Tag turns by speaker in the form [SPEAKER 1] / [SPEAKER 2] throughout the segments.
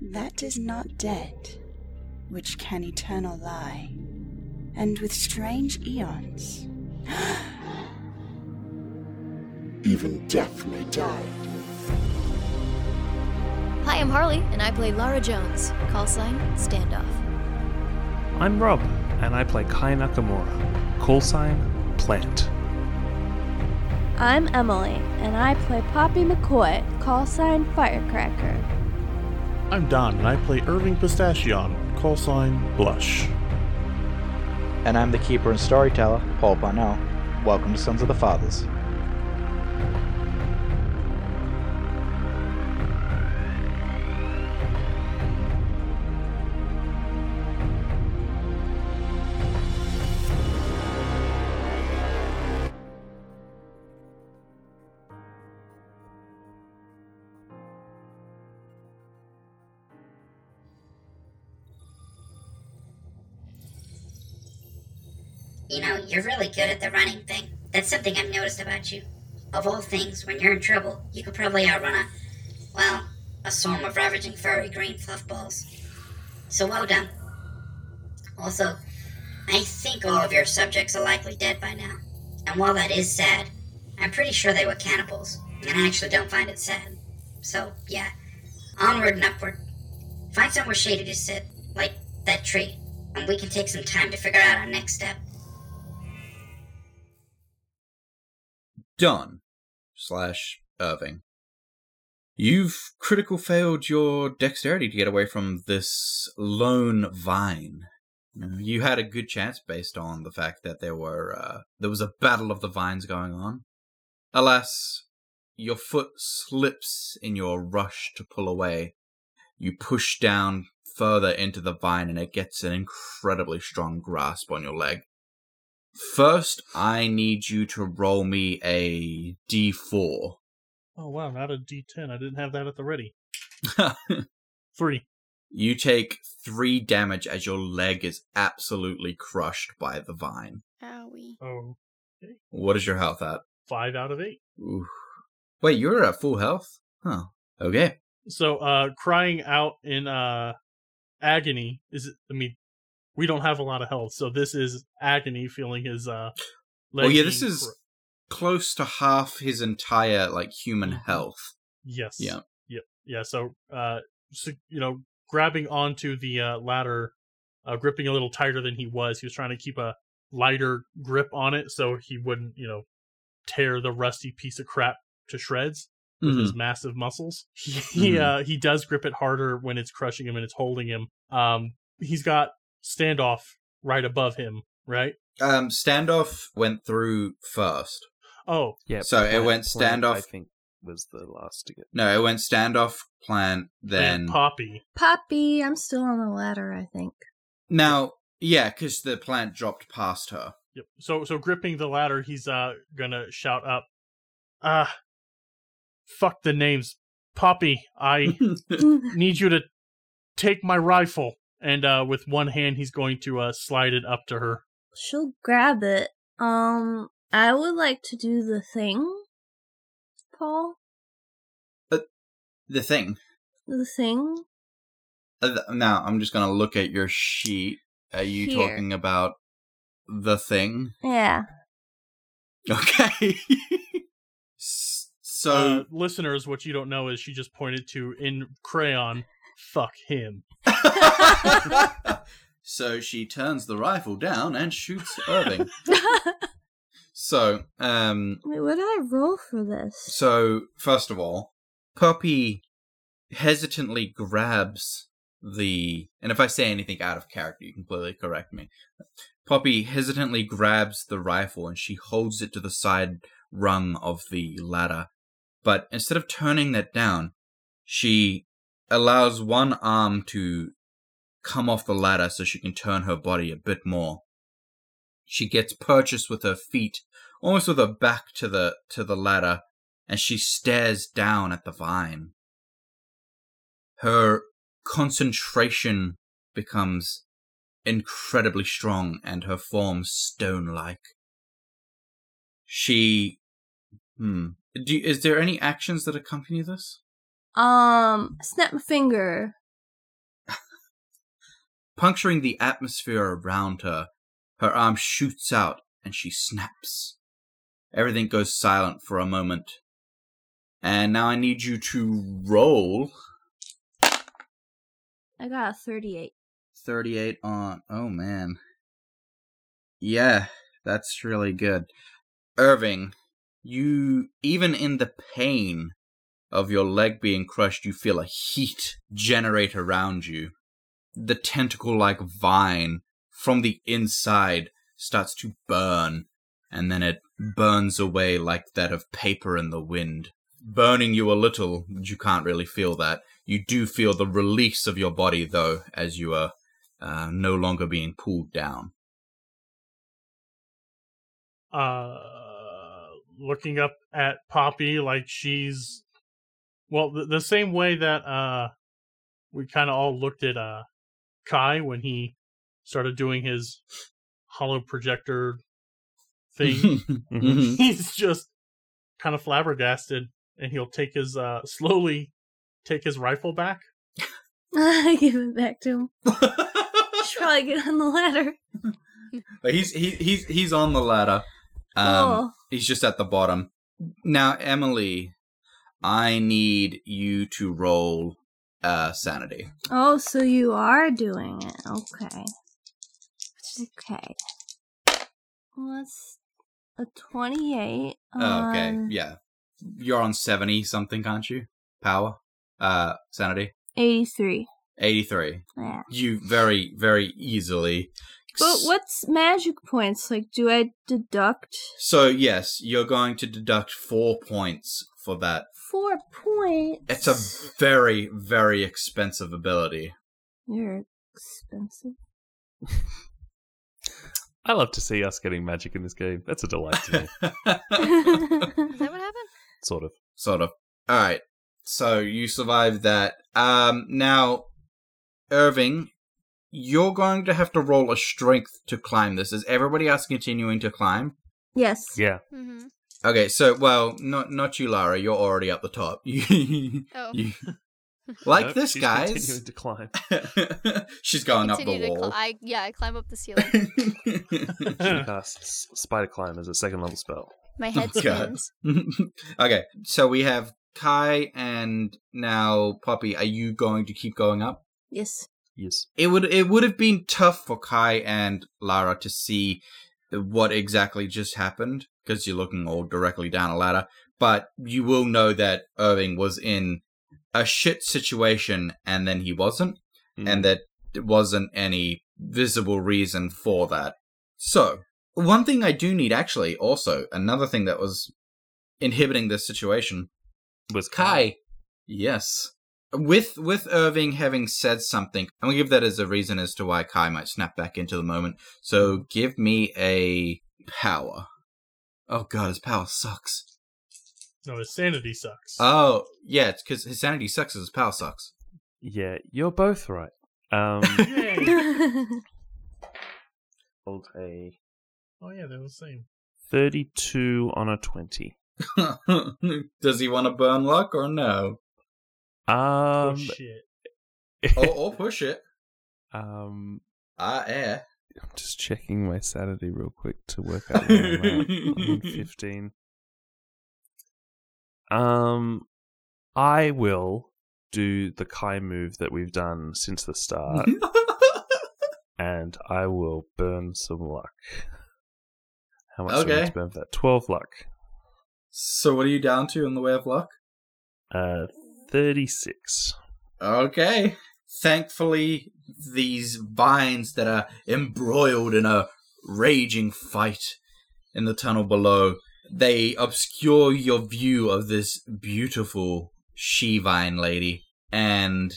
[SPEAKER 1] that is not dead, which can eternal lie, and with strange eons.
[SPEAKER 2] Even death may die.
[SPEAKER 3] Hi, I'm Harley, and I play Lara Jones, call sign Standoff.
[SPEAKER 4] I'm Rob, and I play Kai Nakamura, call sign Plant.
[SPEAKER 5] I'm Emily, and I play Poppy McCoy, call sign Firecracker.
[SPEAKER 6] I'm Don, and I play Irving Pistachion, call sign Blush.
[SPEAKER 7] And I'm the keeper and storyteller, Paul Parnell. Welcome to Sons of the Fathers.
[SPEAKER 8] You know, you're really good at the running thing. That's something I've noticed about you. Of all things, when you're in trouble, you could probably outrun a, well, a swarm of ravaging furry green fluff balls. So well done. Also, I think all of your subjects are likely dead by now. And while that is sad, I'm pretty sure they were cannibals, and I actually don't find it sad. So, yeah, onward and upward. Find somewhere shady to sit, like that tree, and we can take some time to figure out our next step.
[SPEAKER 9] Don slash Irving. You've critical failed your dexterity to get away from this lone vine. You know, You had a good chance based on the fact that there were uh, there was a battle of the vines going on. Alas, your foot slips in your rush to pull away. You push down further into the vine, and it gets an incredibly strong grasp on your leg. First, I need you to roll me a d4.
[SPEAKER 6] Oh wow, not a D10. I didn't have that at the ready. Three.
[SPEAKER 9] you take three damage as your leg is absolutely crushed by the vine.
[SPEAKER 3] Owie.
[SPEAKER 6] Oh,
[SPEAKER 9] What is your health at?
[SPEAKER 6] five out of eight.
[SPEAKER 9] Oof. Wait, you're at full health? Huh. Okay.
[SPEAKER 6] So, uh, crying out in uh agony is. I mean, we don't have a lot of health, so this is agony. Feeling his uh.
[SPEAKER 9] Well,
[SPEAKER 6] leg
[SPEAKER 9] Oh, yeah, this
[SPEAKER 6] being
[SPEAKER 9] is-
[SPEAKER 6] cr-
[SPEAKER 9] Close to half his entire like human health.
[SPEAKER 6] Yes.
[SPEAKER 9] Yeah.
[SPEAKER 6] Yep. Yeah. So, uh, so, you know, grabbing onto the uh, ladder, uh, gripping a little tighter than he was. He was trying to keep a lighter grip on it so he wouldn't, you know, tear the rusty piece of crap to shreds with his
[SPEAKER 9] Mm-hmm.
[SPEAKER 6] massive muscles. He he, uh, he does grip it harder when it's crushing him and it's holding him. Um, he's got standoff right above him, right?
[SPEAKER 9] Um, standoff went through first.
[SPEAKER 6] Oh,
[SPEAKER 4] Yeah.
[SPEAKER 9] So it went
[SPEAKER 4] Plant, I
[SPEAKER 9] standoff-
[SPEAKER 4] think was the last to get.
[SPEAKER 9] No, it went standoff, plant, then
[SPEAKER 6] and Poppy.
[SPEAKER 5] Poppy, I'm still on the ladder, I think.
[SPEAKER 9] Now, yeah, because the plant dropped past her.
[SPEAKER 6] Yep. So so gripping the ladder, he's uh gonna shout up, "Ah, fuck the names, Poppy! I need you to take my rifle." And uh, with one hand, he's going to uh, slide it up to her.
[SPEAKER 5] She'll grab it. Um, I would like to do the thing, Paul.
[SPEAKER 9] the thing.
[SPEAKER 5] The thing.
[SPEAKER 9] Uh, th- Now, I'm just going to look at your sheet. Are you
[SPEAKER 5] Here.
[SPEAKER 9] talking about the thing?
[SPEAKER 5] Yeah.
[SPEAKER 9] Okay. S- so,
[SPEAKER 6] Uh, listeners, what you don't know is she just pointed to in crayon, "Fuck him."
[SPEAKER 9] so she turns the rifle down and shoots Irving. so, um,
[SPEAKER 5] Wait, what did I roll for this?
[SPEAKER 9] So, first of all, Poppy hesitantly grabs the. And if I say anything out of character, you can clearly correct me. Poppy hesitantly grabs the rifle and she holds it to the side rung of the ladder. But instead of turning that down, she allows one arm to come off the ladder so she can turn her body a bit more. She gets purchased with her feet, almost with her back to the to the ladder, and she stares down at the vine. Her concentration becomes incredibly strong and her form stone like. She. Hmm. Do, is there any actions that accompany this?
[SPEAKER 5] Um, snap my finger.
[SPEAKER 9] Puncturing the atmosphere around her, her arm shoots out and she snaps. Everything goes silent for a moment. And now I need you to roll
[SPEAKER 5] I got a 38.
[SPEAKER 9] 38 on. Oh, man. Yeah, that's really good. Irving, you, even in the pain of your leg being crushed, you feel a heat generate around you. The tentacle like vine from the inside starts to burn, and then it burns away like that of paper in the wind, burning you a little, but you can't really feel that. You do feel the release of your body, though, as you are uh, no longer being pulled down.
[SPEAKER 6] uh looking up at poppy like she's well the, the same way that uh we kind of all looked at uh kai when he started doing his hollow projector thing Mm-hmm.
[SPEAKER 9] Mhm.
[SPEAKER 6] he's just kind of flabbergasted and he'll take his uh slowly take his rifle back
[SPEAKER 5] I give it back to him. Should probably get on the ladder.
[SPEAKER 9] But he's he, he's he's on the ladder. Um,
[SPEAKER 5] Oh,
[SPEAKER 9] He's just at the bottom. Now, Emily, I need you to roll uh, sanity.
[SPEAKER 5] oh, so you are doing it. Okay. Okay. What's a 28?
[SPEAKER 9] Oh, okay,
[SPEAKER 5] on
[SPEAKER 9] yeah, you're on seventy something, can't you? Power, uh, sanity,
[SPEAKER 5] 83.
[SPEAKER 9] eighty three.
[SPEAKER 5] Yeah.
[SPEAKER 9] You very very easily.
[SPEAKER 5] But what's magic points? Like, do I deduct
[SPEAKER 9] So yes, you're going to deduct four points for that.
[SPEAKER 5] four points?
[SPEAKER 9] It's a very very expensive ability.
[SPEAKER 5] You're expensive.
[SPEAKER 4] I love to see us getting magic in this game. That's a delight to me,
[SPEAKER 3] Is that what happened?
[SPEAKER 4] sort of.
[SPEAKER 9] sort of. All right. So you survived that. Um, now, Irving, you're going to have to roll a strength to climb this. Is everybody else continuing to climb?
[SPEAKER 5] yes.
[SPEAKER 4] Yeah.
[SPEAKER 3] Mm-hmm.
[SPEAKER 9] Okay. So, well, not not you, Lara. You're already up the top. You-
[SPEAKER 3] Oh,
[SPEAKER 9] you- like
[SPEAKER 4] Nope,
[SPEAKER 9] this,
[SPEAKER 4] she's
[SPEAKER 9] guys.
[SPEAKER 4] Continuing to climb.
[SPEAKER 9] She's going up
[SPEAKER 3] continue
[SPEAKER 9] the
[SPEAKER 3] to
[SPEAKER 9] Oh,
[SPEAKER 3] cl-
[SPEAKER 9] wall.
[SPEAKER 3] I yeah, I climb up the ceiling.
[SPEAKER 4] She casts Spider Climb as a second level spell.
[SPEAKER 3] My head
[SPEAKER 9] God.
[SPEAKER 3] spins.
[SPEAKER 9] okay. So we have Kai and now Poppy. Are you going to keep going up?
[SPEAKER 5] Yes.
[SPEAKER 4] Yes.
[SPEAKER 9] it would it would have been tough for Kai and Lara to see what exactly just happened because you're looking all directly down a ladder. But you will know that Irving was in a shit situation and then he wasn't,
[SPEAKER 4] Mm,
[SPEAKER 9] and that there wasn't any visible reason for that. So one thing I do need actually also another thing that was inhibiting this situation
[SPEAKER 4] was
[SPEAKER 9] Kai. Yes. With with Irving having said something, I'm gonna give that as a reason as to why Kai might snap back into the moment. So give me a power. Oh god, his power sucks.
[SPEAKER 6] no his sanity sucks
[SPEAKER 9] Oh yeah, it's because his sanity sucks. as His power sucks.
[SPEAKER 4] Yeah, you're both right. Um,
[SPEAKER 6] Yay.
[SPEAKER 4] rolled a
[SPEAKER 6] oh yeah they're the same
[SPEAKER 4] 32 on a 20.
[SPEAKER 9] Does he want to burn luck or no?
[SPEAKER 6] oh
[SPEAKER 4] Um,
[SPEAKER 6] shit
[SPEAKER 9] Or, or push it?
[SPEAKER 4] um,
[SPEAKER 9] Ah, air.
[SPEAKER 4] I'm just checking my sanity real quick to work out where I'm at. I'm in 15. Um, I will do the Kai move that we've done since the start, and I will burn some luck. How much do I
[SPEAKER 9] Okay.
[SPEAKER 4] need to burn for that? 12 luck.
[SPEAKER 9] so what are you down to in the way of luck?
[SPEAKER 4] Uh, 36.
[SPEAKER 9] Okay. Thankfully, these vines that are embroiled in a raging fight in the tunnel below, they obscure your view of this beautiful she vine lady and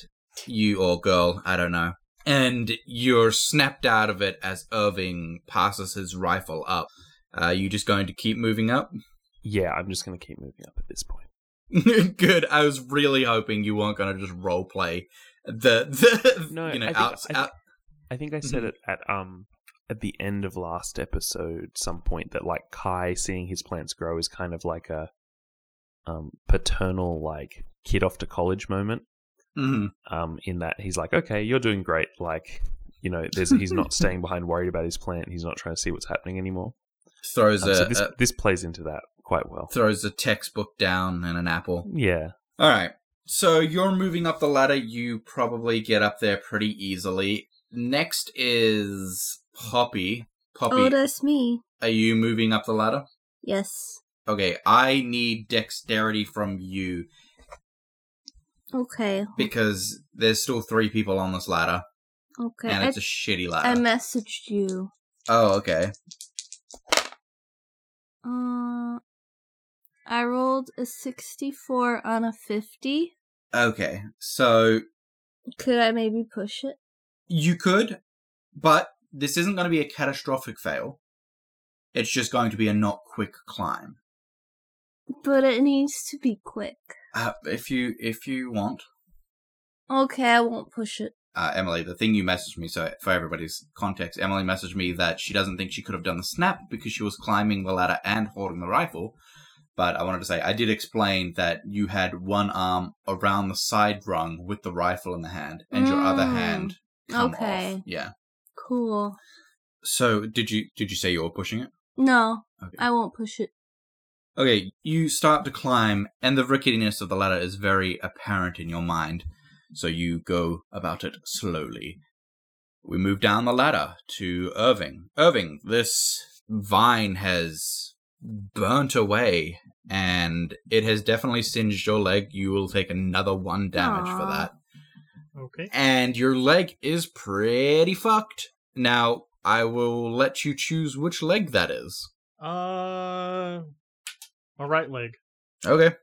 [SPEAKER 9] you or girl, I don't know. And you're snapped out of it as Irving passes his rifle up. Are you just going to keep moving up?
[SPEAKER 4] Yeah, I'm just going to keep moving up at this point.
[SPEAKER 9] Good. I was really hoping you weren't going to just role play the the
[SPEAKER 4] No,
[SPEAKER 9] you know
[SPEAKER 4] I think-
[SPEAKER 9] outs-
[SPEAKER 4] I
[SPEAKER 9] out,
[SPEAKER 4] I think I said
[SPEAKER 9] Mhm.
[SPEAKER 4] it at um at the end of last episode some point that like Kai seeing his plants grow is kind of like a um paternal like kid off to college moment.
[SPEAKER 9] Mhm.
[SPEAKER 4] Um in that he's like, Okay, you're doing great, like you know, there's, he's not staying behind worried about his plant. He's not trying to see what's happening anymore.
[SPEAKER 9] Throws
[SPEAKER 4] Um,
[SPEAKER 9] a,
[SPEAKER 4] so this,
[SPEAKER 9] a
[SPEAKER 4] this plays into that quite well.
[SPEAKER 9] throws a textbook down and an apple.
[SPEAKER 4] yeah.
[SPEAKER 9] All right. So you're moving up the ladder. You probably get up there pretty easily. Next is Poppy. Poppy,
[SPEAKER 5] Oh, that's me.
[SPEAKER 9] are you moving up the ladder?
[SPEAKER 5] Yes.
[SPEAKER 9] Okay, I need dexterity from you
[SPEAKER 5] Okay.
[SPEAKER 9] because there's still three people on this ladder,
[SPEAKER 5] Okay.
[SPEAKER 9] and
[SPEAKER 5] I,
[SPEAKER 9] it's a shitty
[SPEAKER 5] I
[SPEAKER 9] ladder.
[SPEAKER 5] messaged you.
[SPEAKER 9] oh, okay.
[SPEAKER 5] Uh, I rolled a 64 on a 50.
[SPEAKER 9] Okay. So
[SPEAKER 5] Could I maybe push it?
[SPEAKER 9] You could, but this isn't going to be a catastrophic fail. It's just going to be a not quick climb.
[SPEAKER 5] But it needs to be quick.
[SPEAKER 9] Uh, if you if you want,
[SPEAKER 5] Okay, I won't push it.
[SPEAKER 9] uh, Emily, the thing you messaged me. So for everybody's context, Emily messaged me that she doesn't think she could have done the snap because she was climbing the ladder and holding the rifle. But I wanted to say I did explain that you had one arm around the side rung with the rifle in the hand, and your other
[SPEAKER 5] Mm.
[SPEAKER 9] hand. Come okay.
[SPEAKER 5] Okay.
[SPEAKER 9] Yeah.
[SPEAKER 5] Cool.
[SPEAKER 9] So did you did you say you were pushing it?
[SPEAKER 5] No,
[SPEAKER 9] Okay.
[SPEAKER 5] I won't push it.
[SPEAKER 9] Okay, you start to climb, and the ricketiness of the ladder is very apparent in your mind, so you go about it slowly. We move down the ladder to Irving. Irving, this vine has burnt away, and it has definitely singed your leg. You will take another one damage for
[SPEAKER 5] Aw.
[SPEAKER 9] that.
[SPEAKER 6] Okay.
[SPEAKER 9] And your leg is pretty fucked. Now, I will let you choose which leg that is.
[SPEAKER 6] Uh, my right leg.
[SPEAKER 9] Okay.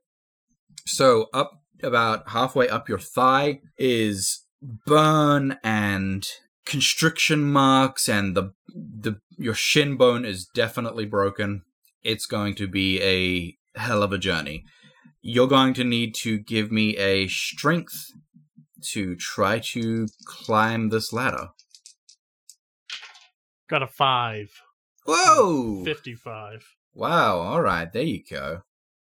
[SPEAKER 9] So up about halfway up your thigh is burn and constriction marks and the the your shin bone is definitely broken. It's going to be a hell of a journey. You're going to need to give me a strength to try to climb this ladder.
[SPEAKER 6] Got a five.
[SPEAKER 9] Whoa!
[SPEAKER 6] Fifty-five.
[SPEAKER 9] Wow, all right. There you go.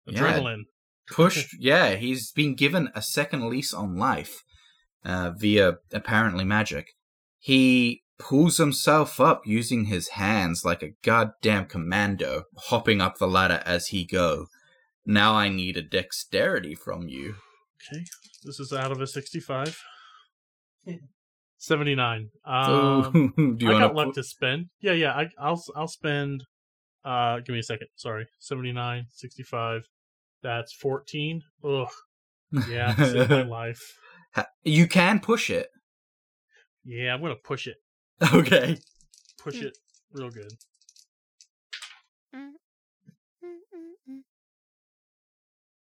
[SPEAKER 9] Yeah.
[SPEAKER 6] Adrenaline.
[SPEAKER 9] pushed. yeah, he's been given a second lease on life uh, via apparently magic. He pulls himself up using his hands like a goddamn commando, hopping up the ladder as he go. Now I need a dexterity from you.
[SPEAKER 6] Okay. This is out of a sixty-five. Seventy-nine. Um,
[SPEAKER 9] So, do you
[SPEAKER 6] I
[SPEAKER 9] want
[SPEAKER 6] got luck to spend. Yeah, yeah. I, I'll I'll spend. Uh, give me a second. Sorry, 79, 65. That's fourteen. Ugh. Yeah, save my life.
[SPEAKER 9] you can push it.
[SPEAKER 6] Yeah, I'm gonna push it.
[SPEAKER 9] Okay.
[SPEAKER 6] Push it real good.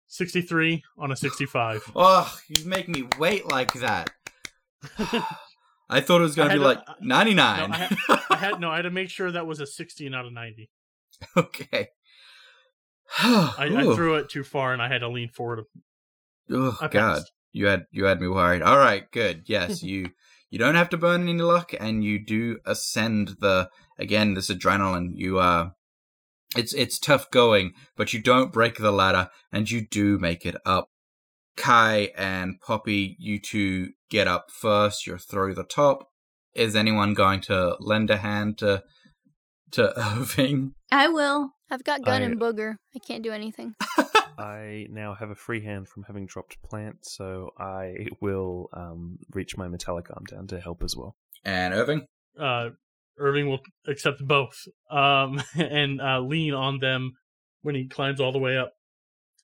[SPEAKER 6] Sixty-three on a sixty-five.
[SPEAKER 9] Oh, you make me wait like that. I thought it was going
[SPEAKER 6] I
[SPEAKER 9] to be
[SPEAKER 6] had
[SPEAKER 9] like
[SPEAKER 6] to- I- no,
[SPEAKER 9] 99.
[SPEAKER 6] No, I, had, I had no. I had to make sure that was a sixty, not a ninety.
[SPEAKER 9] okay.
[SPEAKER 6] I, I
[SPEAKER 9] Ooh.
[SPEAKER 6] threw it too far, and I had to lean forward.
[SPEAKER 9] Oh
[SPEAKER 6] I
[SPEAKER 9] God,
[SPEAKER 6] passed.
[SPEAKER 9] you had you had me worried. All right, good. Yes, you you don't have to burn any luck, and you do ascend the again this adrenaline. You uh, it's it's tough going, but you don't break the ladder, and you do make it up. Kai and Poppy, you two get up first. You're through the top. Is anyone going to lend a hand to to Irving?
[SPEAKER 5] I will.
[SPEAKER 3] I've got gun
[SPEAKER 4] I-
[SPEAKER 3] and booger. I can't do anything.
[SPEAKER 4] I now have a free hand from having dropped plant, so I will um, reach my metallic arm down to help as well.
[SPEAKER 9] And Irving,
[SPEAKER 6] Uh, Irving will accept both, um, and uh, lean on them when he climbs all the way up.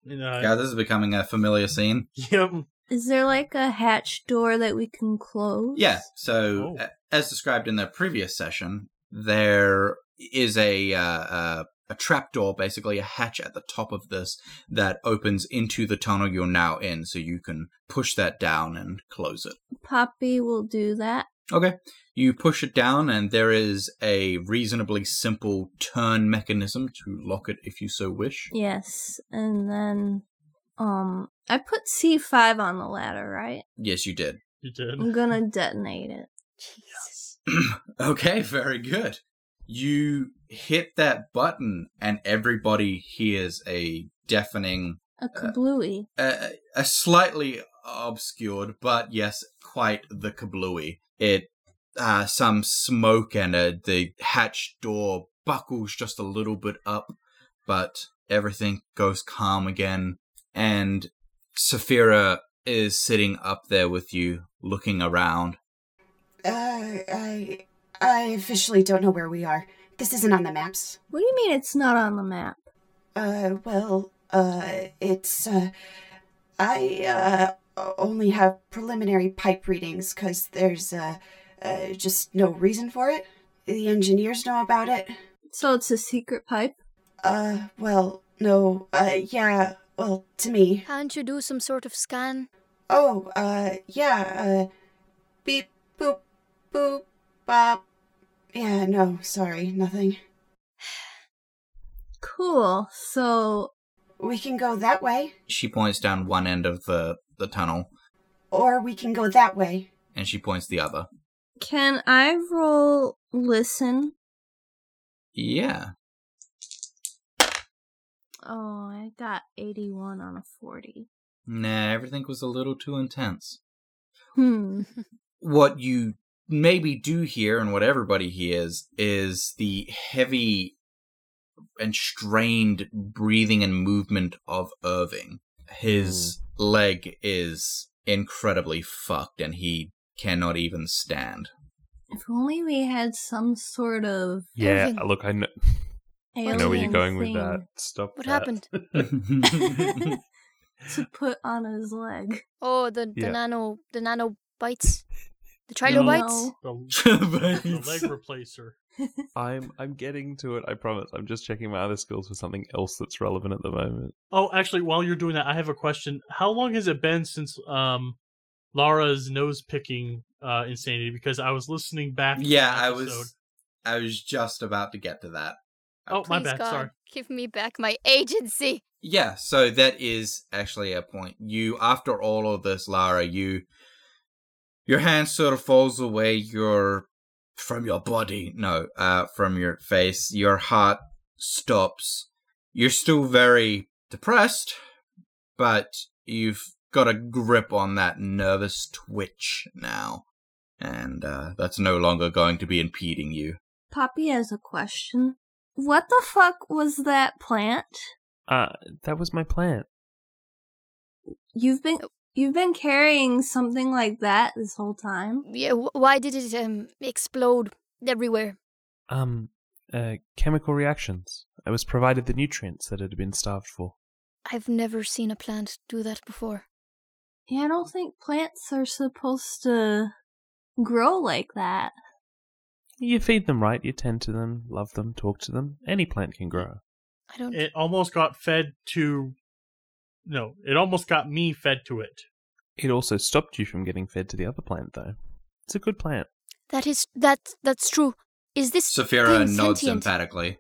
[SPEAKER 6] And, uh,
[SPEAKER 9] yeah, this is becoming a familiar scene.
[SPEAKER 6] Yep.
[SPEAKER 5] Is there like a hatch door that we can close?
[SPEAKER 9] Yeah. So,
[SPEAKER 6] Oh.
[SPEAKER 9] a- as described in the previous session, there is a uh, uh, a trapdoor, basically a hatch at the top of this that opens into the tunnel you're now in, so you can push that down and close it.
[SPEAKER 5] Poppy will do that.
[SPEAKER 9] Okay. You push it down, and there is a reasonably simple turn mechanism to lock it if you so wish.
[SPEAKER 5] Yes. And then um I put C5 on the ladder, right?
[SPEAKER 9] Yes, you did.
[SPEAKER 6] You did.
[SPEAKER 4] Mm-hmm.
[SPEAKER 5] I'm going to detonate it.
[SPEAKER 3] Jesus.
[SPEAKER 9] okay, very good. You hit that button, and everybody hears a deafening
[SPEAKER 4] Uh,
[SPEAKER 5] A kablooey.
[SPEAKER 9] a, a slightly obscured, but yes, quite the kablooey. It uh, some smoke and uh, the hatch door buckles just a little bit up, but everything goes calm again. And Saphira is sitting up there with you, looking around.
[SPEAKER 1] Uh, I, I officially don't know where we are. This isn't on the maps.
[SPEAKER 5] What do you mean it's not on the map?
[SPEAKER 1] Uh, well, uh, it's, uh, I, uh, o- only have preliminary pipe readings because there's, uh, uh, just no reason for it. The engineers know about it.
[SPEAKER 5] So it's a secret pipe?
[SPEAKER 1] Uh, well, no, uh, yeah, well, to me.
[SPEAKER 3] Can't you do some sort of scan?
[SPEAKER 1] Oh, uh, yeah, uh, beep, boop, boop, bop. Yeah, no, sorry, nothing.
[SPEAKER 5] Cool. So
[SPEAKER 1] We can go that way,
[SPEAKER 9] She points down one end of the, the tunnel
[SPEAKER 1] or we can go that way.
[SPEAKER 9] and she points the other.
[SPEAKER 5] can I roll listen?
[SPEAKER 9] Yeah.
[SPEAKER 5] Oh, I got 81 on a 40.
[SPEAKER 9] Nah, everything was a little too intense.
[SPEAKER 5] Hmm.
[SPEAKER 9] what you maybe do hear and what everybody hears is the heavy and strained breathing and movement of Irving. His
[SPEAKER 6] Hmm.
[SPEAKER 9] leg is incredibly fucked and he cannot even stand.
[SPEAKER 5] If only we had some sort of
[SPEAKER 4] Yeah,
[SPEAKER 3] Irving.
[SPEAKER 4] look, I know, I
[SPEAKER 5] alien
[SPEAKER 4] know where you're going with
[SPEAKER 5] thing
[SPEAKER 4] that. Stop.
[SPEAKER 3] What
[SPEAKER 4] that.
[SPEAKER 3] happened?
[SPEAKER 5] to put on his leg.
[SPEAKER 3] Oh, the, the
[SPEAKER 4] Yeah.
[SPEAKER 3] nano the nano bites, the trilobites.
[SPEAKER 9] Oh,
[SPEAKER 5] No.
[SPEAKER 6] The, the leg
[SPEAKER 9] Bites.
[SPEAKER 6] replacer.
[SPEAKER 4] I'm I'm getting to it. I promise. I'm just checking my other skills for something else that's relevant at the moment.
[SPEAKER 6] Oh, actually, while you're doing that, I have a question. How long has it been since um, Lara's nose picking uh, insanity? Because I was listening back. to
[SPEAKER 9] yeah,
[SPEAKER 6] the
[SPEAKER 9] I
[SPEAKER 6] episode.
[SPEAKER 9] was I was just about to get to that. uh,
[SPEAKER 6] Oh, my
[SPEAKER 3] Please
[SPEAKER 6] bad.
[SPEAKER 3] God,
[SPEAKER 6] Sorry.
[SPEAKER 3] give me back my agency.
[SPEAKER 9] Yeah, so that is actually a point. You, after all of this, Lara, you, your hand sort of falls away. Your from your body, no, uh, from your face. Your heart stops. You're still very depressed, but you've got a grip on that nervous twitch now, and uh, that's no longer going to be impeding you.
[SPEAKER 5] Poppy has a question. What the fuck was that plant?
[SPEAKER 4] Uh, that was my plan.
[SPEAKER 5] You've been you've been carrying something like that this whole time?
[SPEAKER 3] Yeah, wh- why did it um explode everywhere?
[SPEAKER 4] Um, uh, chemical reactions. I was provided the nutrients that it had been starved for.
[SPEAKER 3] I've never seen a plant do that before.
[SPEAKER 5] Yeah, I don't think plants are supposed to grow like that.
[SPEAKER 4] You feed them right. You tend to them, love them, talk to them. Any plant can grow.
[SPEAKER 3] I don't.
[SPEAKER 4] Eh.
[SPEAKER 6] It almost got fed to. No, it almost got me fed to it.
[SPEAKER 4] It also stopped you from getting fed to the other plant, though. It's a good plant.
[SPEAKER 3] that is that that's true. Is this
[SPEAKER 9] Saphira
[SPEAKER 3] thing
[SPEAKER 9] nods
[SPEAKER 3] sentient?
[SPEAKER 9] emphatically.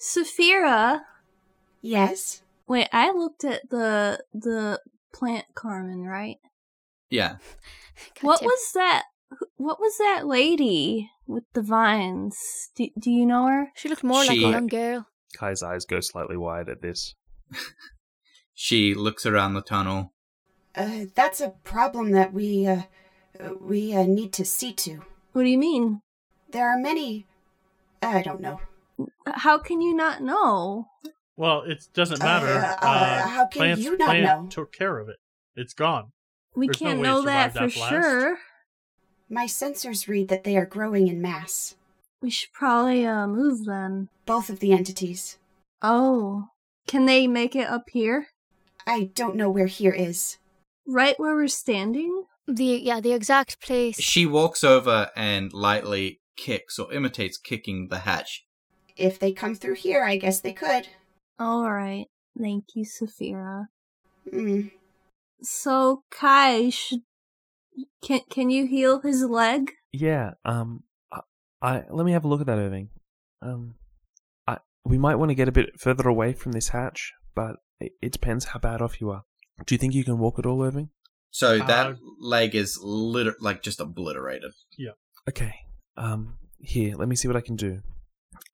[SPEAKER 5] Saphira,
[SPEAKER 1] Yes?
[SPEAKER 5] wait, I looked at the the plant Carmen, right?
[SPEAKER 9] Yeah,
[SPEAKER 3] God
[SPEAKER 5] What
[SPEAKER 3] damn.
[SPEAKER 5] was that? wh- What was that lady with the vines? Do, do you know her?
[SPEAKER 3] She looked more like
[SPEAKER 9] She-
[SPEAKER 3] a young girl.
[SPEAKER 4] Kai's eyes go slightly wide at this.
[SPEAKER 9] she looks around the tunnel.
[SPEAKER 1] Uh, that's a problem that we, uh, uh, we, uh, need to see to.
[SPEAKER 5] What do you mean?
[SPEAKER 1] There are many. I don't know.
[SPEAKER 5] How can you not know?
[SPEAKER 6] Well, it doesn't matter.
[SPEAKER 1] Uh,
[SPEAKER 6] Uh,
[SPEAKER 1] uh, how can
[SPEAKER 6] plants,
[SPEAKER 1] you not
[SPEAKER 6] plant
[SPEAKER 1] know?
[SPEAKER 6] Took care of it. It's gone.
[SPEAKER 5] We
[SPEAKER 6] There's no
[SPEAKER 5] can't
[SPEAKER 6] way it
[SPEAKER 5] know that for
[SPEAKER 6] survived that blast.
[SPEAKER 5] sure.
[SPEAKER 1] My sensors read that they are growing in mass.
[SPEAKER 5] We should probably uh, move them.
[SPEAKER 1] Both of the entities.
[SPEAKER 5] Oh, can they make it up here?
[SPEAKER 1] I don't know where here is.
[SPEAKER 5] Right where we're standing?
[SPEAKER 3] The yeah, the exact place.
[SPEAKER 9] She walks over and lightly kicks or imitates kicking the hatch.
[SPEAKER 1] If they come through here, I guess they could.
[SPEAKER 5] All right. Thank you, Saphira.
[SPEAKER 1] Hmm.
[SPEAKER 5] So Kai should can can you heal his leg?
[SPEAKER 4] Yeah. Um. I, I let me have a look at that, Irving. Um. I we might want to get a bit further away from this hatch, but it, it depends how bad off you are. Do you think you can walk at all, Irving?
[SPEAKER 9] So that
[SPEAKER 6] Uh,
[SPEAKER 9] leg is liter- like just obliterated.
[SPEAKER 4] Okay. Um. Here, let me see what I can do.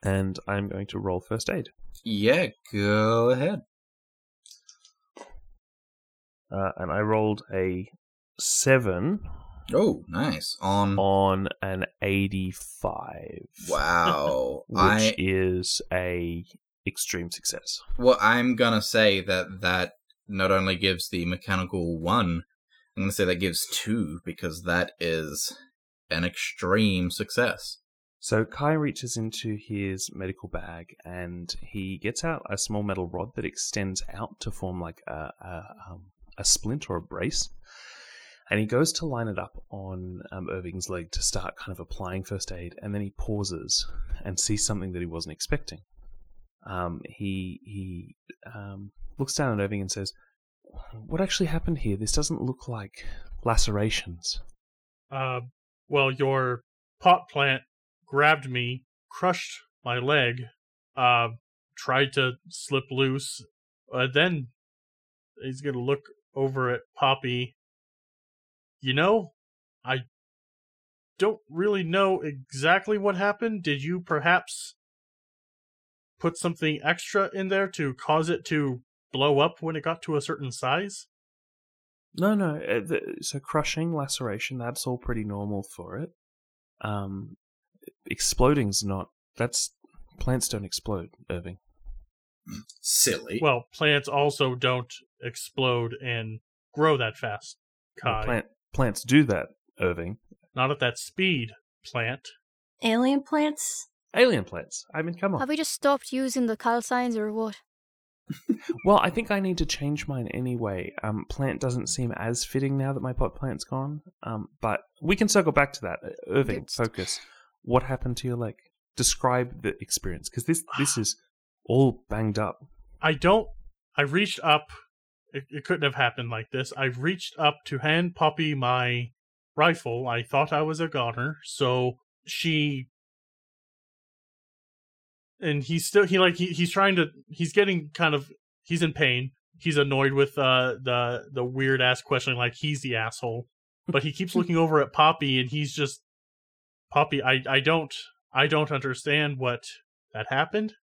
[SPEAKER 4] And I'm going to roll first aid.
[SPEAKER 9] Yeah, go ahead.
[SPEAKER 4] Uh, and I rolled a seven
[SPEAKER 9] Oh, nice. On.
[SPEAKER 4] on an 85.
[SPEAKER 9] Wow.
[SPEAKER 4] Which
[SPEAKER 9] I
[SPEAKER 4] is a extreme success.
[SPEAKER 9] well, I'm gonna say that that not only gives the mechanical one, I'm gonna say that gives two because that is an extreme success.
[SPEAKER 4] So Kai reaches into his medical bag and he gets out a small metal rod that extends out to form like a a, um, a splint or a brace. And he goes to line it up on um, Irving's leg to start kind of applying first aid, and then he pauses and sees something that he wasn't expecting. Um, he he um, looks down at Irving and says, "What actually happened here? This doesn't look like lacerations."
[SPEAKER 6] Uh, well, your pot plant grabbed me, crushed my leg, uh, tried to slip loose. Uh, then he's going to look over at Poppy. You know, I don't really know exactly what happened. Did you perhaps put something extra in there to cause it to blow up when it got to a certain size?
[SPEAKER 4] No, no. uh, the- So crushing, laceration, that's all pretty normal for it. Um, exploding's not. That's plants don't explode, Irving.
[SPEAKER 9] Silly.
[SPEAKER 6] Well, plants also don't explode and grow that fast,
[SPEAKER 4] Well,
[SPEAKER 6] Kai.
[SPEAKER 4] plant plants do that, Irving.
[SPEAKER 6] Not at that speed, plant.
[SPEAKER 5] Alien plants?
[SPEAKER 4] Alien plants. I mean, come on.
[SPEAKER 3] Have we just stopped using the call signs or what?
[SPEAKER 4] well, I think I need to change mine anyway. Um, plant doesn't seem as fitting now that my pot plant's gone. Um, but we can circle back to that. Uh, Irving,
[SPEAKER 3] It's-
[SPEAKER 4] focus. What happened to your leg? Describe the experience because this this is all banged up.
[SPEAKER 6] I don't. I reached up. It, it couldn't have happened like this. I reached up to hand Poppy my rifle. I thought I was a goner, so she. And he's still he like he, he's trying to he's getting kind of he's in pain. He's annoyed with uh the the weird ass questioning like he's the asshole, but he keeps looking over at Poppy and he's just Poppy. I I don't I don't understand what that happened.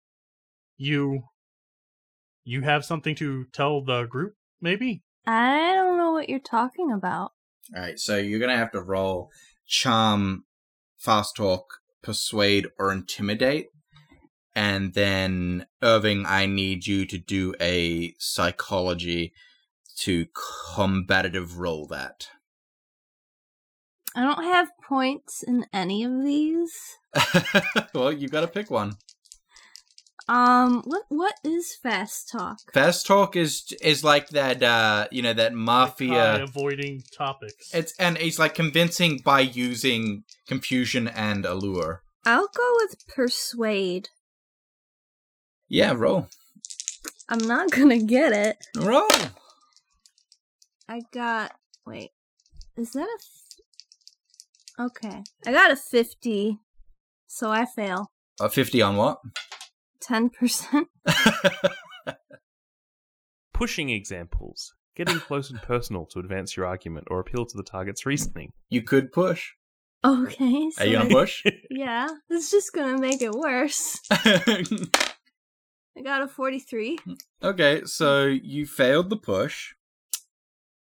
[SPEAKER 6] You you have something to tell the group, maybe?
[SPEAKER 5] I don't know what you're talking about.
[SPEAKER 9] All right, so you're gonna have to roll charm, fast talk, persuade, or intimidate, and then Irving, I need you to do a psychology to combative roll that.
[SPEAKER 5] I don't have points in any of these.
[SPEAKER 9] well, you got to pick one.
[SPEAKER 5] Um, what what is fast talk?
[SPEAKER 9] Fast talk is is like that, uh, you know, that
[SPEAKER 6] Kai
[SPEAKER 9] mafia.
[SPEAKER 6] avoiding topics.
[SPEAKER 9] It's and it's like convincing by using confusion and allure.
[SPEAKER 5] I'll go with persuade.
[SPEAKER 9] Yeah, roll,
[SPEAKER 5] I'm not gonna get it.
[SPEAKER 9] roll.
[SPEAKER 5] I got wait. Is that a f- Okay. I got a 50. So I fail.
[SPEAKER 9] A fifty on what?
[SPEAKER 5] 10%.
[SPEAKER 4] pushing examples, getting close and personal to advance your argument or appeal to the target's reasoning.
[SPEAKER 9] you could push.
[SPEAKER 5] Okay. So
[SPEAKER 9] Are you gonna push?
[SPEAKER 5] yeah. It's just going to make it worse. I got a 43.
[SPEAKER 9] okay, so you failed the push,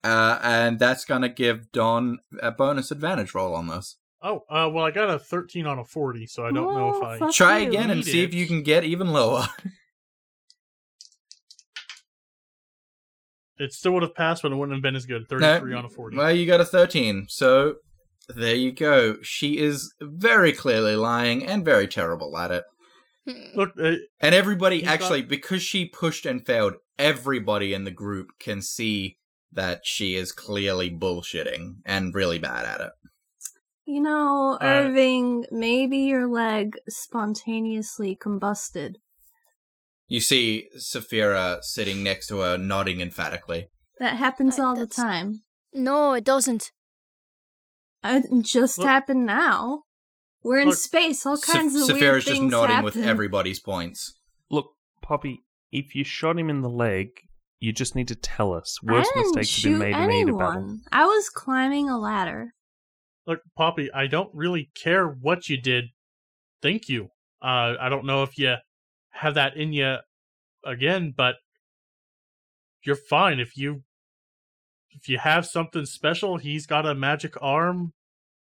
[SPEAKER 9] uh, and that's gonna give Don a bonus advantage roll on this.
[SPEAKER 6] oh, uh, well, I got a 13 on a 40, so I don't know if
[SPEAKER 5] Oh,
[SPEAKER 6] I.
[SPEAKER 5] fuck.
[SPEAKER 9] Try
[SPEAKER 5] you.
[SPEAKER 9] again and
[SPEAKER 6] Need
[SPEAKER 9] see if
[SPEAKER 6] it.
[SPEAKER 9] you can get even lower.
[SPEAKER 6] It still would have passed, but it wouldn't have been as good.
[SPEAKER 9] No.
[SPEAKER 6] 33 on a 40.
[SPEAKER 9] Well, you got a thirteen, so there you go. She is very clearly lying and very terrible at it.
[SPEAKER 6] Look, uh,
[SPEAKER 9] And everybody
[SPEAKER 6] You've got-
[SPEAKER 9] actually, because she pushed and failed, everybody in the group can see that she is clearly bullshitting and really bad at it.
[SPEAKER 5] You know,
[SPEAKER 6] Uh,
[SPEAKER 5] Irving, maybe your leg spontaneously combusted.
[SPEAKER 9] You see Saphira sitting next to her, nodding emphatically.
[SPEAKER 5] That happens
[SPEAKER 3] Uh,
[SPEAKER 5] all the
[SPEAKER 3] that's-
[SPEAKER 5] time.
[SPEAKER 3] No, it doesn't.
[SPEAKER 5] It just
[SPEAKER 6] Look-
[SPEAKER 5] happened now. We're in
[SPEAKER 6] Look,
[SPEAKER 5] space. All
[SPEAKER 9] Sa-
[SPEAKER 5] kinds of weird
[SPEAKER 9] Saphira's
[SPEAKER 5] things
[SPEAKER 9] just nodding
[SPEAKER 5] happen.
[SPEAKER 9] with everybody's points.
[SPEAKER 4] Look, Poppy, if you shot him in the leg, you just need to tell us.
[SPEAKER 5] I
[SPEAKER 4] Worse
[SPEAKER 5] didn't
[SPEAKER 4] mistakes have been
[SPEAKER 5] shoot
[SPEAKER 4] made in either battle.
[SPEAKER 5] anyone. I was climbing a ladder.
[SPEAKER 6] look, Poppy, I don't really care what you did. Thank you. Uh, I don't know if you have that in you again, but you're fine if you if you have something special, he's got a magic arm.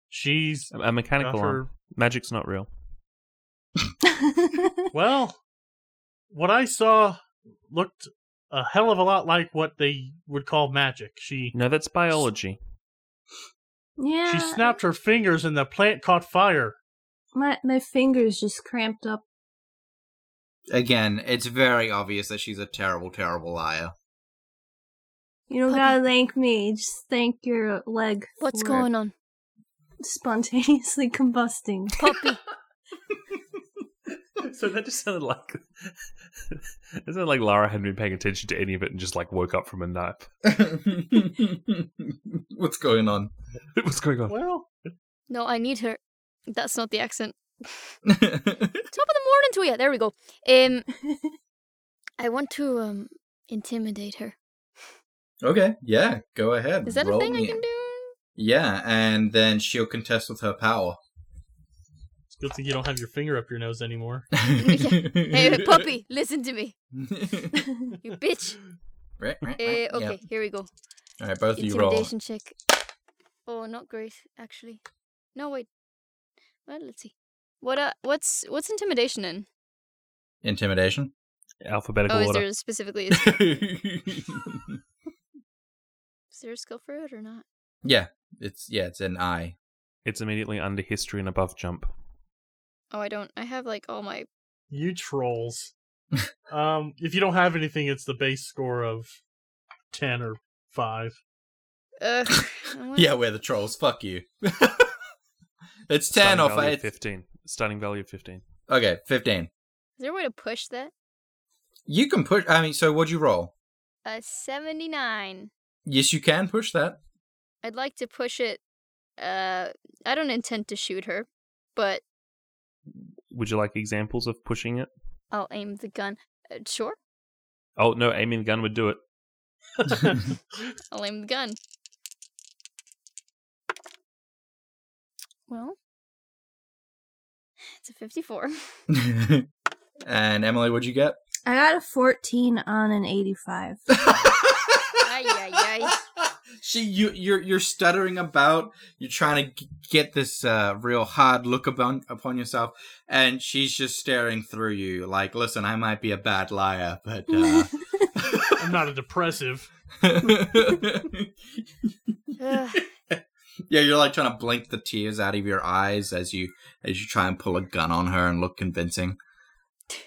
[SPEAKER 6] She's
[SPEAKER 4] A mechanical
[SPEAKER 6] got
[SPEAKER 4] arm.
[SPEAKER 6] her-
[SPEAKER 4] Magic's not real.
[SPEAKER 6] Well, what I saw looked a hell of a lot like what they would call magic. She
[SPEAKER 4] No, that's biology.
[SPEAKER 5] yeah.
[SPEAKER 6] she snapped her fingers and the plant caught fire.
[SPEAKER 5] My my fingers just cramped up.
[SPEAKER 9] Again, it's very obvious that she's a terrible, terrible liar.
[SPEAKER 5] You don't
[SPEAKER 3] Puppy.
[SPEAKER 5] gotta thank me. Just thank your leg.
[SPEAKER 3] What's
[SPEAKER 5] for
[SPEAKER 3] going on?
[SPEAKER 5] Spontaneously combusting.
[SPEAKER 3] Poppy.
[SPEAKER 4] So that just sounded like it sounded like Lara hadn't been paying attention to any of it and just like woke up from a nap.
[SPEAKER 9] What's going on?
[SPEAKER 4] What's going on?
[SPEAKER 6] Well,
[SPEAKER 3] No, I need her. That's not the accent. Top of the morning to you. There we go. Um, I want to um intimidate her.
[SPEAKER 9] okay, yeah, go ahead.
[SPEAKER 3] Is that a
[SPEAKER 9] roll
[SPEAKER 3] thing I
[SPEAKER 9] me-
[SPEAKER 3] can do?
[SPEAKER 9] Yeah, and then she'll contest with her power.
[SPEAKER 6] it's good thing you don't have your finger up your nose anymore.
[SPEAKER 3] Hey, puppy, listen to me, you bitch.
[SPEAKER 9] Right, right, right,
[SPEAKER 3] Uh,
[SPEAKER 9] yeah.
[SPEAKER 3] okay, here we go.
[SPEAKER 9] All right, both of you roll.
[SPEAKER 3] Intimidation check. Oh, not great actually. No wait. Well, let's see. What uh, what's what's intimidation in?
[SPEAKER 9] Intimidation.
[SPEAKER 4] Alphabetical
[SPEAKER 3] oh, is
[SPEAKER 4] order.
[SPEAKER 3] there specifically is, is there a skill for it or not?
[SPEAKER 9] yeah, it's yeah, it's an I.
[SPEAKER 4] It's immediately under history and above jump.
[SPEAKER 3] Oh, I don't. I have like all my.
[SPEAKER 6] You trolls. um, if you don't have anything, it's the base score of ten or five.
[SPEAKER 3] Ugh. What?
[SPEAKER 9] Yeah, we're the trolls. Fuck you. it's ten
[SPEAKER 4] Starting
[SPEAKER 9] or
[SPEAKER 4] value of
[SPEAKER 9] five.
[SPEAKER 4] Fifteen. Starting value of fifteen.
[SPEAKER 9] Okay, fifteen.
[SPEAKER 3] Is there a way to push that?
[SPEAKER 9] You can push. I mean, so what'd you roll?
[SPEAKER 3] A seventy-nine.
[SPEAKER 9] Yes, you can push that.
[SPEAKER 3] I'd like to push it. Uh, I don't intend to shoot her, but
[SPEAKER 4] Would you like examples of pushing it?
[SPEAKER 3] I'll aim the gun. Uh, sure,
[SPEAKER 4] Oh no, aiming the gun would do it.
[SPEAKER 3] I'll aim the gun. Well, it's a 54.
[SPEAKER 9] and Emily, what'd you get?
[SPEAKER 5] I got a 14 on an 85.
[SPEAKER 3] ay,
[SPEAKER 9] She, you, you're you're stuttering about. You're trying to g- get this uh, real hard look upon upon yourself, and she's just staring through you. Like, listen, I might be a bad liar, but uh,
[SPEAKER 6] I'm not a depressive.
[SPEAKER 3] Ugh.
[SPEAKER 9] yeah, you're like trying to blink the tears out of your eyes as you as you try and pull a gun on her and look convincing.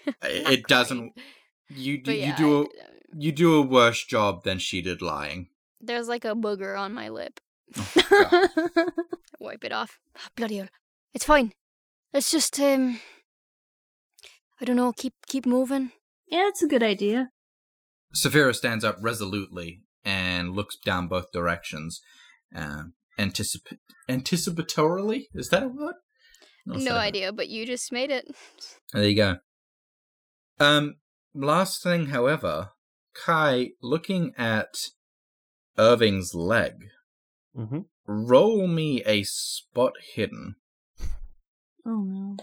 [SPEAKER 3] Not
[SPEAKER 9] it doesn't.
[SPEAKER 3] great.
[SPEAKER 9] You do
[SPEAKER 3] But yeah,
[SPEAKER 9] you do
[SPEAKER 3] I- uh,
[SPEAKER 9] a, you do a worse job than she did lying.
[SPEAKER 3] there's like a booger on my lip.
[SPEAKER 9] Oh,
[SPEAKER 3] Wipe it off. Ah, Bloody hell. It's fine. Let's just um I don't know, keep keep moving.
[SPEAKER 5] yeah, it's a good idea.
[SPEAKER 9] Sephira stands up resolutely and looks down both directions, um, anticip- anticipatorily. Is that a word? Or is
[SPEAKER 3] no
[SPEAKER 9] that a-
[SPEAKER 3] idea, but you just made it.
[SPEAKER 9] There you go. Um, last thing, however, Kai, looking at Irving's leg,
[SPEAKER 4] Mm-hmm.
[SPEAKER 9] roll me a spot hidden.
[SPEAKER 5] Oh no.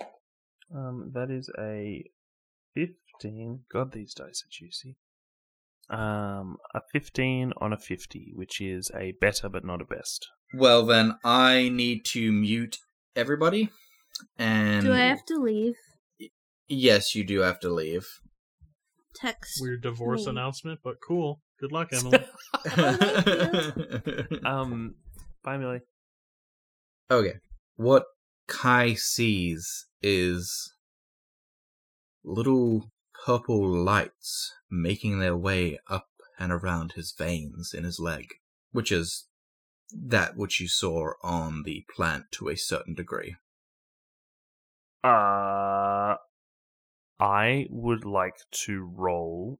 [SPEAKER 4] Um, that is a fifteen. God, these dice are juicy. Um, a fifteen on a fifty, which is a better but not a best.
[SPEAKER 9] Well, then I need to mute everybody. And
[SPEAKER 5] Do I have to leave?
[SPEAKER 9] yes, you do have to leave.
[SPEAKER 5] Text.
[SPEAKER 6] Weird divorce
[SPEAKER 5] me.
[SPEAKER 6] announcement, but cool. Good luck, Emily.
[SPEAKER 5] Oh,
[SPEAKER 4] Um, bye, Millie.
[SPEAKER 9] Okay. What Kai sees is little purple lights making their way up and around his veins in his leg, which is that which you saw on the plant to a certain degree.
[SPEAKER 4] Uh, I would like to roll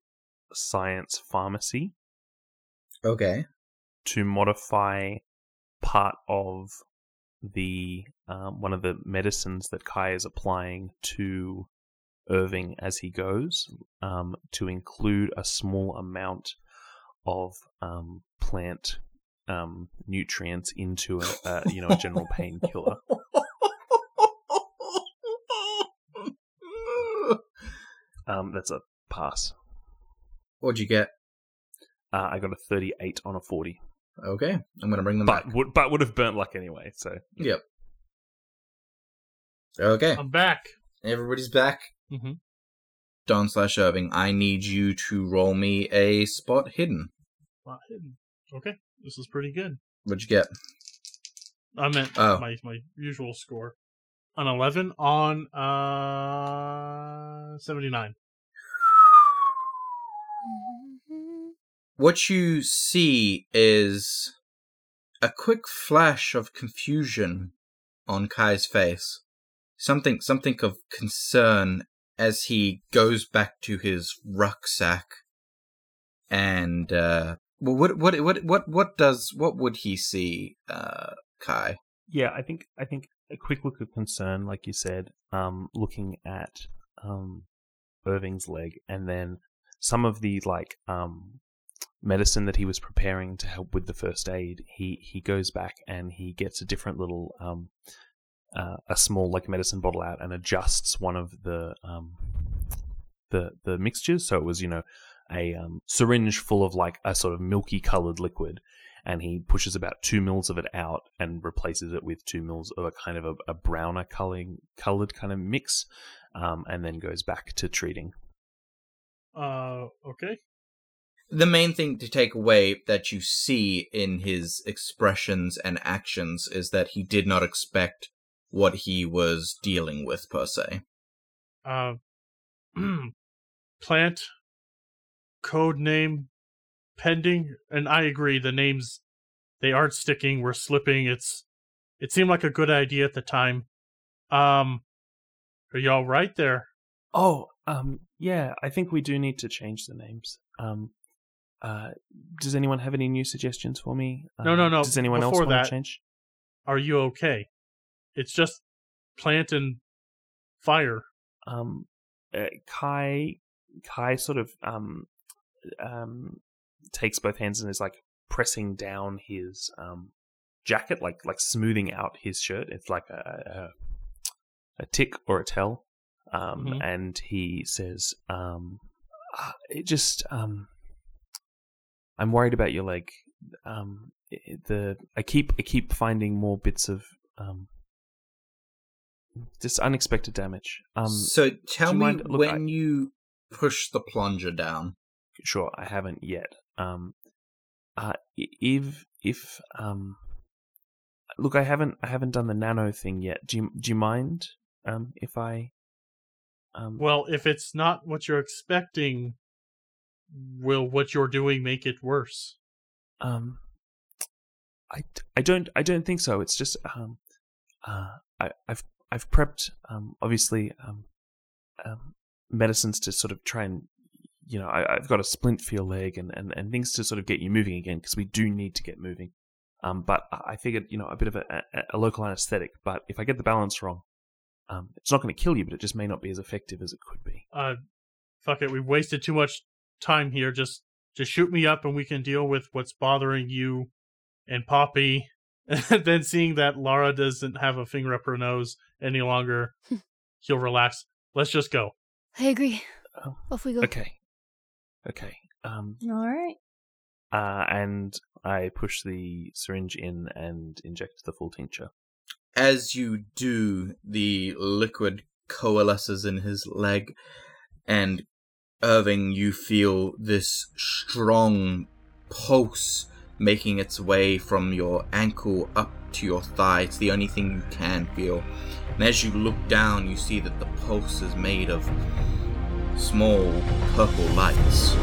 [SPEAKER 4] science pharmacy
[SPEAKER 9] Okay.
[SPEAKER 4] to modify part of the um, one of the medicines that Kai is applying to Irving as he goes um, to include a small amount of um, plant um, nutrients into a, a you know a general painkiller. Um, that's a pass.
[SPEAKER 9] What'd you get?
[SPEAKER 4] Uh, I got a thirty-eight on a forty.
[SPEAKER 9] Okay, I'm gonna bring them
[SPEAKER 4] but
[SPEAKER 9] back.
[SPEAKER 4] would but would have burnt luck anyway. So
[SPEAKER 9] Yep. Okay,
[SPEAKER 6] I'm back.
[SPEAKER 9] everybody's back.
[SPEAKER 6] Um, Mm-hmm.
[SPEAKER 9] Don slash Irving, I need you to roll me a spot hidden.
[SPEAKER 6] Not hidden. Okay, this is pretty good.
[SPEAKER 9] What'd you get?
[SPEAKER 6] I meant
[SPEAKER 9] Oh.
[SPEAKER 6] my my usual score, an eleven on uh seventy nine.
[SPEAKER 9] What you see is a quick flash of confusion on Kai's face. Something something of concern as he goes back to his rucksack. And uh well, what what what what what does what would he see uh Kai?
[SPEAKER 4] yeah, I think I think a quick look of concern, like you said, um, looking at um, Irving's leg, and then some of the like um, medicine that he was preparing to help with the first aid. He he goes back and he gets a different little um, uh, a small like medicine bottle out and adjusts one of the um, the the mixtures. So it was you know a um, syringe full of like a sort of milky colored liquid and he pushes about two mils of it out and replaces it with two mils of a kind of a, a browner coloring, colored kind of mix, um, and then goes back to treating.
[SPEAKER 6] Uh, okay.
[SPEAKER 9] the main thing to take away that you see in his expressions and actions is that he did not expect what he was dealing with per se.
[SPEAKER 6] Uh, plant code name pending, and I agree. The names they aren't sticking. We're slipping. It's it seemed like a good idea at the time. Um, are y'all right there?
[SPEAKER 4] Oh, um, yeah, I think we do need to change the names. Um, uh, does anyone have any new suggestions for me?
[SPEAKER 6] No,
[SPEAKER 4] Um,
[SPEAKER 6] no, no,
[SPEAKER 4] Does anyone else
[SPEAKER 6] before
[SPEAKER 4] want
[SPEAKER 6] that-
[SPEAKER 4] to change?
[SPEAKER 6] Are you okay? It's just plant and fire.
[SPEAKER 4] um, uh, Kai Kai sort of um, um, takes both hands and is like pressing down his um, jacket, like like smoothing out his shirt. It's like a a, a tick or a tell, um,
[SPEAKER 6] Mhm.
[SPEAKER 4] and he says, um, "Ah, "It just um, I'm worried about your leg. Um, i- i- the I keep I keep finding more bits of." Um, just unexpected damage. Um,
[SPEAKER 9] so tell
[SPEAKER 4] do you
[SPEAKER 9] me
[SPEAKER 4] mind- look,
[SPEAKER 9] when
[SPEAKER 4] I-
[SPEAKER 9] you push the plunger down.
[SPEAKER 4] sure i haven't yet um uh i- if if um look i haven't i haven't done the nano thing yet do you do you mind um if i um
[SPEAKER 6] Well, if it's not what you're expecting, will what you're doing make it worse?
[SPEAKER 4] um i i don't i don't think so it's just um uh i i've i've prepped um obviously um um medicines to sort of try and you know I, i've got a splint for your leg and and, and things to sort of get you moving again because we do need to get moving um but i I figured you know a bit of a, a, a local anesthetic but if i get the balance wrong um it's not going to kill you but it just may not be as effective as it could be
[SPEAKER 6] Uh, fuck it, we've wasted too much time here. Just, just shoot me up, and we can deal with what's bothering you and Poppy. And then seeing that Lara doesn't have a finger up her nose any longer, he'll relax. Let's just go.
[SPEAKER 3] I agree.
[SPEAKER 4] Oh.
[SPEAKER 3] Off we go.
[SPEAKER 4] okay okay um
[SPEAKER 5] All right.
[SPEAKER 4] uh, and I push the syringe in and inject the full tincture.
[SPEAKER 9] As you do, the liquid coalesces in his leg, and Irving, you feel this strong pulse making its way from your ankle up to your thigh. It's the only thing you can feel. And as you look down, you see that the pulse is made of small purple lights.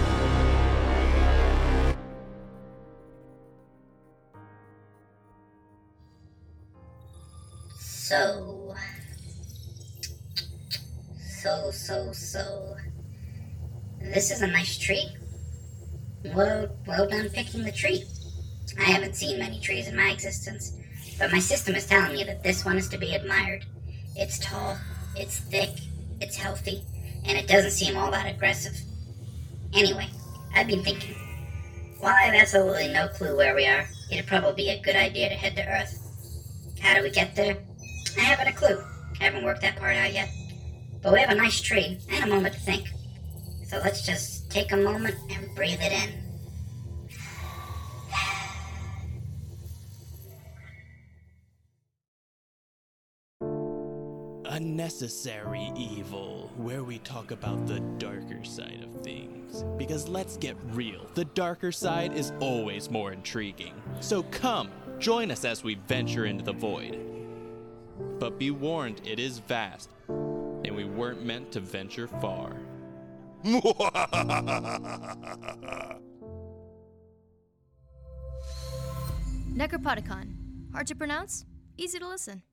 [SPEAKER 8] So. So, so, so. This is a nice tree. Well, well done picking the tree. I haven't seen many trees in my existence, but my system is telling me that this one is to be admired. It's tall, it's thick, it's healthy, and it doesn't seem all that aggressive. Anyway, I've been thinking. While I have absolutely no clue where we are, it'd probably be a good idea to head to Earth. How do we get there? I haven't a clue. I haven't worked that part out yet. But we have a nice tree and a moment to think. So let's just take a moment and breathe it in.
[SPEAKER 10] Unnecessary Evil, where we talk about the darker side of things. Because let's get real, the darker side is always more intriguing. So come, join us as we venture into the void. But be warned, it is vast, and we weren't meant to venture far.
[SPEAKER 3] Necropodicon. Hard to pronounce, easy to listen.